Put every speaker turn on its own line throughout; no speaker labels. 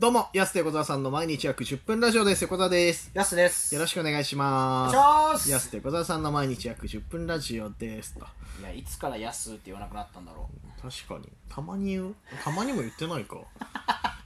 どうも、安手小沢さんの毎日約10分ラジオです。横澤です。
やすです。
よろ
し
しくお願いしま
く
す。
願いしま
安
す。
手小沢さんの毎日約10分ラジオですと。
いや、いつからやすって言わなくなったんだろう。
確かに。たまに言うたまにも言って ないか。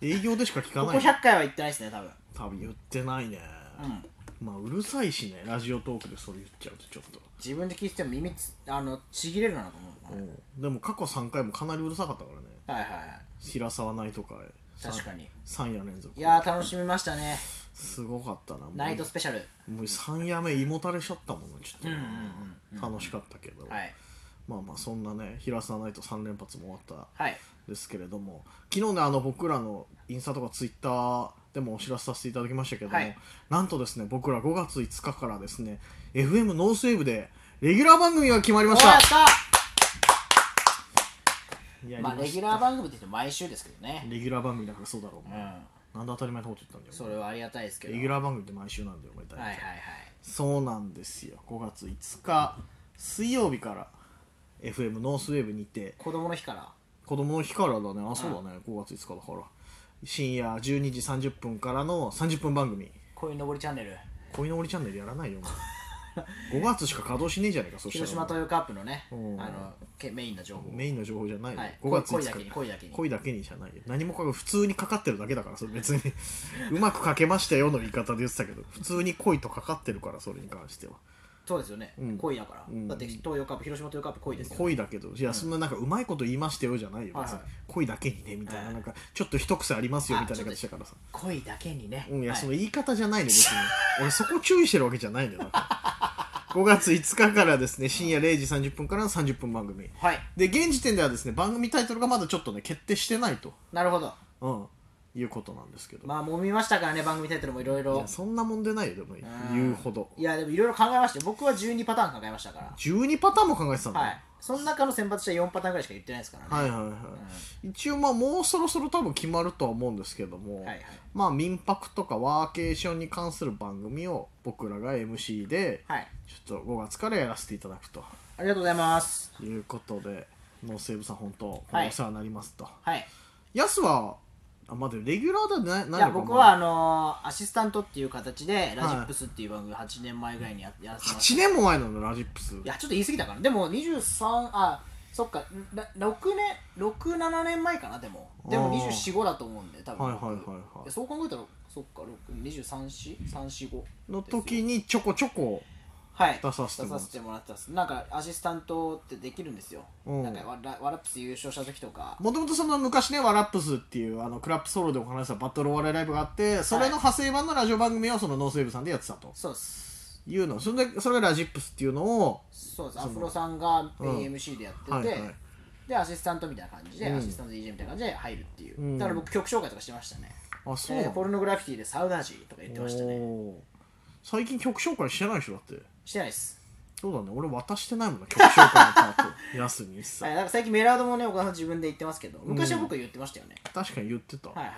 営業でしか聞か
ここ
ない。
100回は言ってないですね、多分。
多分言ってないね。
うん。
まあ、うるさいしね。ラジオトークでそれ言っちゃうとちょっと。
自分で聞いても耳つ、あの、ちぎれるなと思
う
う。
んでも過去3回もかなりうるさかったからね。
はいはいはい。
白沢ないとかへ。
確かに。
3夜連続
いやー、楽しみましたね。
すごかったなもう
ナイトスペシャル。
もう3夜目胃もたれしちゃったもんねちょっと、
うんうんうんうん
楽しかったけど、
はい。
まあまあそんなね平沢ナイト3連発も終わった
はい。
ですけれども昨日ねあの僕らのインスタとかツイッターでもお知らせさせていただきましたけども、
はい
なんとですね僕ら5月5日からですね FM ノースウェーブでレギュラー番組が決まり
お
まし
ーやったた
やり
まあ、
ま
レ
し
ギュ
た
ラー番組って言っても毎週ですけどね。
レギュラー番組だからそうだろう、
う
ね
ん。
なんで当たり前のこと言ったんだよ
それはありがたいですけど。
レギュラー番組って毎週なんだよお前大体
はいはいはい。
そうなんですよ5月5日水曜日から FM ノースウェーブにて
子供の日から。
子供の日からだねあそうだね5月5日だから深夜12時30分からの30分番組
恋のぼりチャンネル。
「恋の森チャンネル」やらないよ5 月しか稼働しねえじゃねえかそし
広
た
島
ら
豊カップのね、あ
うん
の、けメインの情報。
メインの情報じゃないよ、
はい
5月
恋だけ
5
に
日
恋だけに
恋だけにじゃないよ何もかが普通にかかってるだけだからそれ別にうまくかけましたよの言い方で言ってたけど普通に恋とかかってるからそれに関しては
そうですよね、
ん
恋だから、
うん
だって東洋カップ広島東洋カップ恋ですよ、ね、
恋だけどいやそんななんかうまいこと言いましたよじゃないよ
はい
別に
はい
恋だけにねみたいな
はい
なんかちょっと一癖ありますよ
あ
みたいな形だからさ
恋だけにね、
うんいや
はい
その言い方じゃないの別に 俺そこ注意してるわけじゃないんだよだ から5月5日からですね深夜0時30分からの30分番組
はい
で現時点ではですね番組タイトルがまだちょっとね決定してないと
なるほど
うんいうことなんですけど
まあ揉みましたからね番組タイトルもいろい
い
ろ
やそんなもんでないよでも言うほど
いやでもいろいろ考えましたよ僕は12パターン考えましたか
12パターンも考えてたん
ら
だ
は
よ
いその中の選抜した4パターンぐらいしか言ってないですからね
はいはいはい、一応まあもうそろそろ多分決まるとは思うんですけども、
はいはい
まあ民泊とかワーケーションに関する番組を僕らが MC で
はい
ちょっと5月からやらせていただくと
ありがとうございます
いうことでノーセーブさん本当
はい
お世話になりますと、
はい
やすはあまあでもレギュラーではない
い
ない
や
のか
僕
ま
は
だ
あのーアシスタントっていう形でラジップスっていう番組8年前ぐらいにややらせてもらって
8年も前なのラジップス
いやちょっと言い過ぎたからでも23あそっかな6年67年前かなでもでも
あー
245だと思うんで多分、
はいはいはいはい
そう考えたらそっか23345
の時にちょこちょこ
はい
出させてもらった
出もらってたっすなんかアシスタントってできるんですよ、
うん
なんかワラワラップス優勝した時とか
もともとその昔ね、ワラップスっていうあのクラップソロでお話ししたバトルお笑いライブがあって、それの派生版のラジオ番組をそのノースウェーブさんでやってたと
そうです
いうの、それでそれがラジップスっていうのを、
そうです
そ
ア
の
フロさんが
うん
AMC でやってて、
はいはい
でアシスタントみたいな感じで、
うん
アシスタント DJ みたいな感じで入るっていう、
うん
だから僕曲紹介とかしてましたね
あ、そう
え
な
ー、ポル
の、
ノグラフィティでサウダージーとか言ってましたね
おー最近曲紹介してないでしょ、だって。
してないです
そうだね、俺渡してないもんな、曲紹介のパート。 安に一切
はい、。なんか最近メラードもね岡田さん自分で言ってますけど昔は僕は言ってましたよね、
確かに言ってた。
はいはい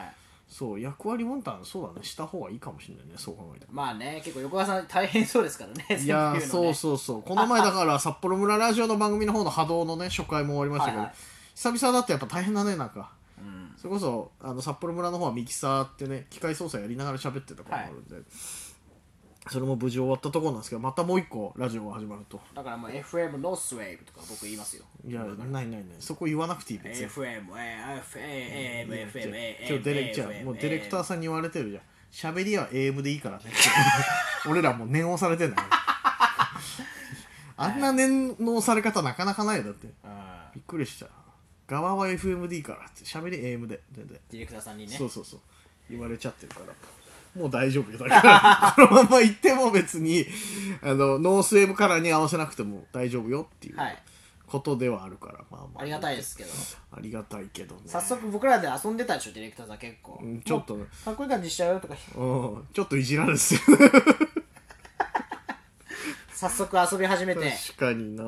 そう、役割分担、そうだね、した方がいいかもしれないね、そう考えたら。
まあね結構横川さん大変そうですからね全部
い
言
や
の
ー
ね
そうそうそうこの前だから札幌村ラジオの番組の方の波動のね初回も終わりましたけど、
はいはい
久々だとやっぱ大変だねなんか
うん
それこそあの札幌村の方はミキサーってね機械操作やりながら喋ってたこともあるんで、それも無事終わったところなんですけどまたもう一個ラジオが始まると
だからもう FM ノースウェーブとか僕言いますよ
いやないないないそこ言わなくていい別に
FM、FM、FM、
今日ディレクターもうディレクター
さ
さんに言われてるじゃん喋りは AM でいいからねって 俺らもう念を押されてんだよあんな念の押され方なかなかないよだって
ん。
びっくりした側は FM でいいからって喋り AM で全然
ディレクターさんにね
そう。そうそう言われちゃってるからもう大丈夫よだからこのまま行っても別にあのノースウェーブカラーに合わせなくても大丈夫よっていう
はい。
ことではあるから、まあまあ
ありがたいですけど。
ありがたいけどね
早速僕らで遊んでたでしょ、ディレクターさん結構
うん。ちょっとね
もうかっこいい感じしちゃうよとか、
うんちょっといじられですよ
早速遊び始めて。
確かにな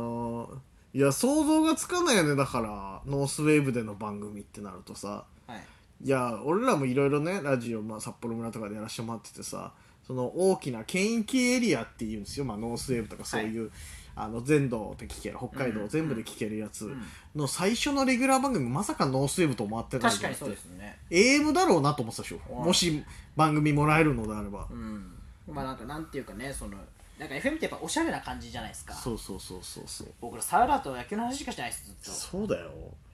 いや想像がつかないよねだからノースウェーブでの番組ってなるとさ
はい。
いや俺らもいろいろねラジオ、まあ、札幌村とかでやらせてもらっててさその大きな県域エリアっていうんですよ、まあ、ノースウェーブとかそういう、あの全道で聞ける北海道全部で聞けるや
う
つ
ん
の最初のレギュラー番組まさかノースウェーブと思ってたん
確
じゃ
か
な
に
く
そう
て
ですね
AM だろうなと思ってたでしょ
うん
もし番組もらえるのであれば
うんまあなんかなんていうかねそのなんか FM ってやっぱおしゃれな感じじゃないですか
そうそうそうそうそう
僕らサウラーと野球の話しかしてないですずっと
そうだよ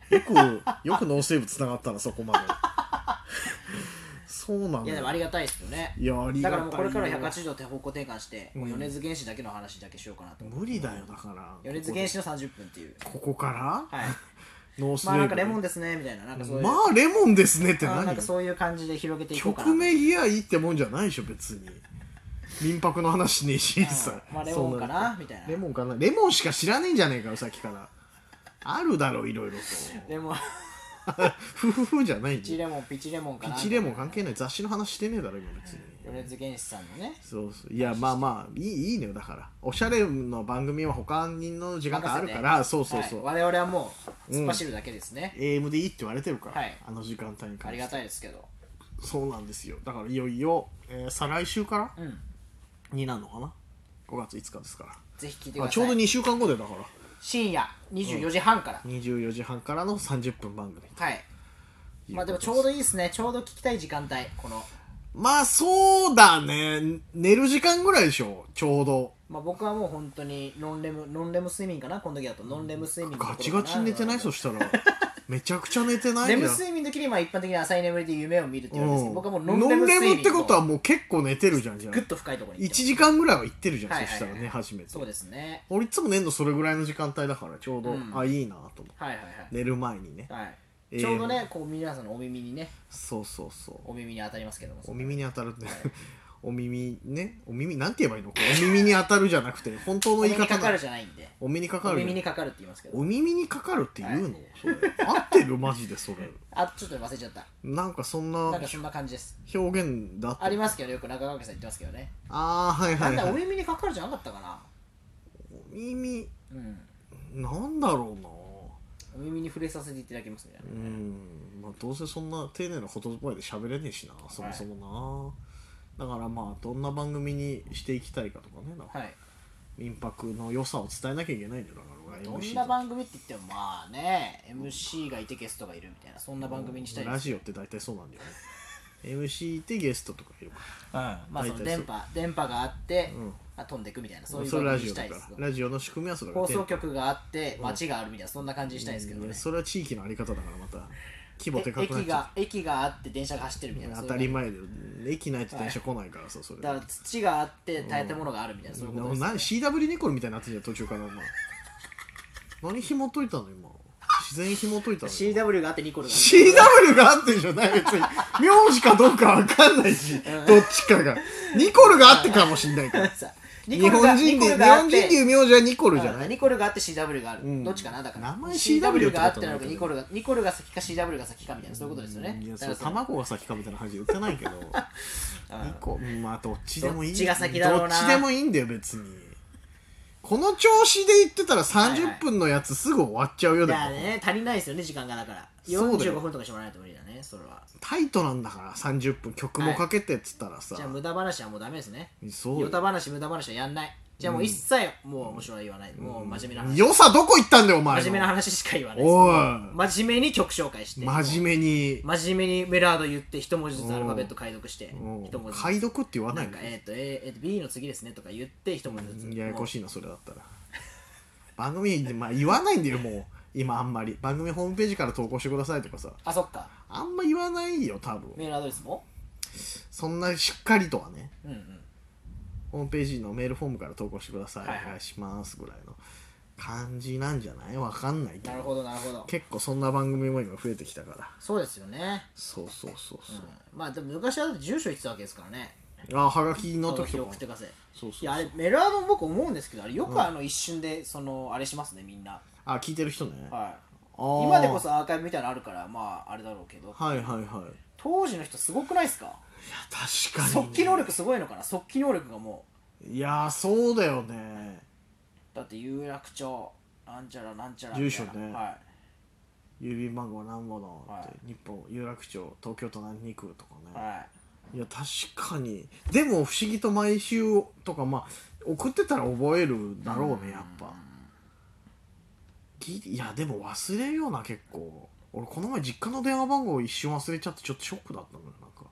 よく よくノースウェーブつながったなそこまでそうなん
い
だ
やで
よ
もありがたいですよね
いやありが
だ
た
か
いよ
らもうこれから180度手方向転換して、もう
うん
米津原始だけの話だけしようかなと思って
無理だよだから
米津原始の30分っていう
ここから
はい
ノースウェー
まあ
ブ
なんかレモンですねみたいななんかそういう、
まあレモンですねって
あーな
何
んかそういう感じで広げていこうかな
曲名いやいいってもんじゃないでしょ別に民泊の話しねえしさ
うんまあレモンか
そん
なみたいな
レモンかなレモンしか知らねえんじゃねえかよさっきからあるだろいろ いろと
レモン
ふふふじゃないん
ピ
だよ
チレモンピチレモンか
ピ
な
チレモン関係ない雑誌の話してねえだろ今別に
米津玄師さんのね
そうそういやまあまあいいいいのよだからおしゃれの番組は他人の時間があるから、そうそうそう、
はい我々はもう突っ走るだけですね、
AM でいいって言われてるから、
はい
あの時間帯に関して
ありがたいですけど
そうなんですよだからいよいよ、えー再来週から
うん
になるのかな5月5日ですから
ぜひ聞いてく
あ
ださい
ちょうど2週間後でだから
深夜24時半から、
24時半からの30分番組
はいまあでもちょうどいいですねちょうど聞きたい時間帯この、
まあそうだね寝る時間ぐらいでしょちょうど
まあ、僕はもう本当にノンレムノンレム睡眠かなこの時だとノンレム睡眠のとこ
ガ
ろ
チガチに寝てないそした らめちゃくちゃ寝てない
レ
ん
ム
だ
睡眠の時にまあ一般的に浅い眠りで夢を見るって
う
言うんですけど
ん
僕はもうノ
ノ
ンレ
ン
ム
レ
睡眠
ムってことはもう結構寝てるじゃんじゃ
グッ
ん
と深いところに行
1
って
時間ぐらいは行ってるじゃん、
はいはい
そしたら寝始めて
そうですね
俺いつも寝るのそれぐらいの時間帯だからちょうど、
うん
あいいなと思って
はいはい
寝る前にね
はい、は
え
い、
ー
ちょうどねこう皆さんのお耳にね
そうそうそう
お耳に当たりますけども
お耳に当たるって お耳ねお耳なんて言えばいいのこれお耳に当たるじゃなくて本当の
お
言い方
耳に
だ
かかるじゃないんで
お耳にかか
お
る
耳にかかるって言いますけど
お耳にかかるって言うの、
はい
それ合ってるマジでそれ
あちょっと忘れちゃった
なんかそんな
なんかそんな感じです
表現だった
ありますけどよく中川家さん言ってますけどね
あーはい
な
は
ん
い、
だお
はい、
耳にかかるじゃなかったかな
お耳
うん
なんだろうな
お耳に触れさせていただきますみたい
う
な
んまあどうせそんな丁寧な言葉で喋れねえしなそもそもな、だからまあどんな番組にしていきたいかとかねなんか
はい
民泊の良さを伝えなきゃいけないんだよだから俺
ど
MC と
んな
か
番組って言ってもまあね MC がいてゲストがいるみたいなそんな番組にしたい
ラ
です
ジオって大体そうなんだよね MC でゲストとかいるか
まあそ
大体
の
そ
電
う
波電波があって
うん
あ飛んでいくみたいな
ら
そういう
それ
番
ラ
組
ジ
にし
オ
た
だ
い
か
で
ら
す
ラジオの仕組みはそれだ
放
から
送局があって街があるみたいなそんな感じにしたいですけど
いや
ね
それは地域のあり方だからまた規模で
え
かくなっ
駅
ちゃ
が駅があって電車が走ってるみたいうな
当
そういう
たり前で駅ないと電車来ないからさそれ
だから土があって建物があるみたいなそういうことです
な CW ニコルみたいになってんじゃん途中からお前何紐解いたの今自然紐解いたの
CW があってニコルがある
CW があってんじゃない別に名字かどうかわかんないしどっちかがニコルがあってかもしんないから
さニ
日
コル
本
が
人
ニコ
で
ル
日
があっ
本
て
人でいう名字はニコルじゃ
うん
ない
ニコルがあって CW がある、
ん
どっちかなだから
名前 CW
があってなの
ってことなんだけ
か
ど
ニコルがニコルが先か CW が先かみたいなそういうことですよね
いや
だか
そう
らその
卵が先かみたいな話言ってないけど
うん
一個うんまあどっちでもいい
どっちが先だろうな
どっちでもいいんだよ別にこの調子で言ってたら30分のやつすぐ終わっちゃうよ
い
でも、
やね足りないですよね時間がだから
そうだよ
45分とかしてもらわないと無理だねそれは
タイトなんだから30分曲もかけてっつったらさ、
じゃあ無駄話はもうダメですね
そう
ヨ
よ
タ話無駄話はやんないじゃあもう一切もう面白いは言わない、もう真面目な話
良さどこ行ったんだよお前の
真面目な話しか言わない
おい
真面目に曲紹介して
真面目に
真面目にメラード言って一文字ずつアルファベット解読して
うん
一文字ずつ
解読って言わな
ないん
の
か、えっ、と、えーえーと、B の次ですねとか言って、一文字ずつ。
ややこ
も
しいなそれだったら番組で、まあ、言わないんだよもう今あんまり番組ホームページから投稿してくださいとかさ
うあ、そっか。
あんま言わないよ多分
メールアドレスも
そんなしっかりとはね
うんうん。
ホームページのメールフォームから投稿してください、
はいはい
お願いしますぐらいの感じなんじゃないわかんないけ
な
ど
るほど、なるほど。
結構そんな番組も今増えてきたから
そうですよね。
そうそうそうそう
うん、まあ、でも昔は住所言ってたわけですからね。
あはがきの時
そ
と
の
か
送ってください。
そうそう
い
そう
や、あれ、メールアドも僕思うんですけど、あれ、よくあの、一瞬で、その、あれしますね、みんな。
あ聞いてる人ね
はい。
あー
今でこそアーカイブみたいなのあるから、まあ、あれだろうけど。
はいはいはいいや
当時の人すごくないですか
確かに、ね、
即帰能力すごいのかな即帰能力がも
いやーそうだよね
う、だって有楽町、なんちゃらなんちゃら。
住所ね
みたいなはい。
郵便番号何番だって、
は
日本有楽町東京都何区とかね、
はい
いや確かにでも不思議と毎週とかまあ送ってたら覚えるだろうねやっぱぎいやでも忘れるよな結構俺この前実家の電話番号一瞬忘れちゃってちょっとショックだったのよなんか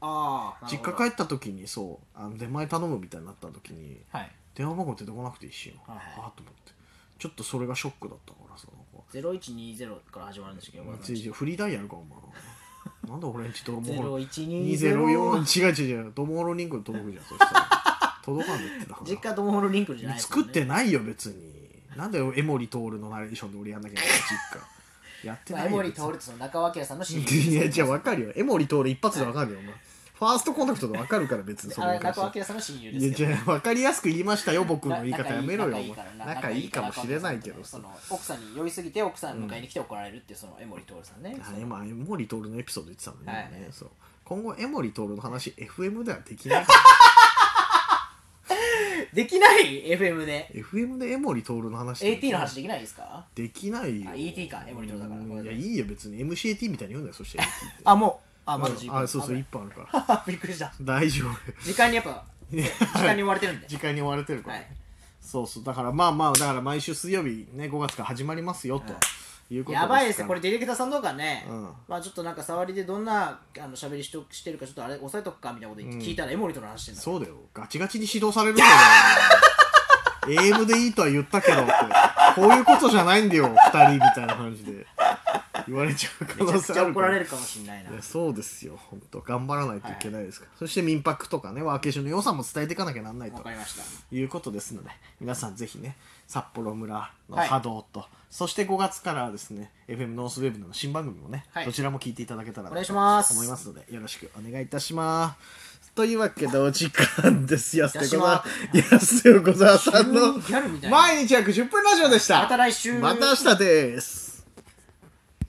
ああ
実家帰った時にそうあの出前頼むみたいになった時に
はい
電話番号出てこなくて一瞬
はいはい
ああと思ってちょっとそれがショックだったからさなんか
0120から始まるんですけど
まあついフリーダイヤルかお前 なんで俺んちと思う
0120
204違う違う違うドモーロリンクに届くじゃんそしたら 届かんでってだから
実家ドモホルリンクルじゃないですも
作
ん
っ
ね
てないよ別になんで江森徹のナレーションで俺やんなきゃいけない実家やって
ま
な
あ江
いよ
森
別
徹ってその中脇屋さんの親友
に いやじゃあ分かるよ江森徹一発で分かるよお前ファーストコンタクトで分かるから別にそ
あ
の
れ
言い方
中脇屋さんの親友で
いや
す
じ
けど
ゃあ分かりやすく言いましたよ僕の言い方
仲
やめろよ
仲
お
いい
前
からな
仲いいかもしれないけど
そ
さ
の奥さんに酔いすぎて奥さん迎えに来て怒られるっていうその江森徹さんね
あ今江森徹のエピソード言ってたのね,、
はい
ねそう今後江森徹の話 FM ではでき ない
できない FM で
FM で江森徹の話
AT の話できないですか
できないよ
あ ET か江森徹だから
うんいやいいよ別に MCAT みたいに言うんだよそして
あもう あ
あ
まだ時間
あそうそう一本あるから
びっくりした
大丈夫
時間にやっぱ 時間に追われてるんで
時間に追われてるから、
はい
そうそうだからまあまあだから毎週水曜日ね5月から始まりますよと、、
はい
うこと
やばいですね
から
これディレクターさんとかね、
うん
まあちょっとなんか触りでどんなあの喋りしとしてるかちょっとあれ押さえとくかみたいなこと言って聞いたら江森との話してんだ、
そうだよガチガチに指導されるんだよ AM でいいとは言ったけどってこういうことじゃないんだよ2人みたいな感じで言われちゃう可
めち
能
ゃく
性
ち
あ
ゃ
る
怒
から
れ
ら
るかもしれ ないない
やそうですよ本当頑張らないといけないですから、そして民泊とかねワーケーションの良さも伝えていかなきゃなんない
わ
と
かりました
いうことですので皆さんぜひね札幌村の
はい
波動と、そして5月からはですね FM ノースウェブの新番組もね、
はい
どちらも聞いていただけたら
お願いします
思いますのでよろしくお願いいたしますというわけでお時間です安手小沢安手小沢さんの
急にギャルみたいな
毎日約10分ラジオでした
また来週
また明日です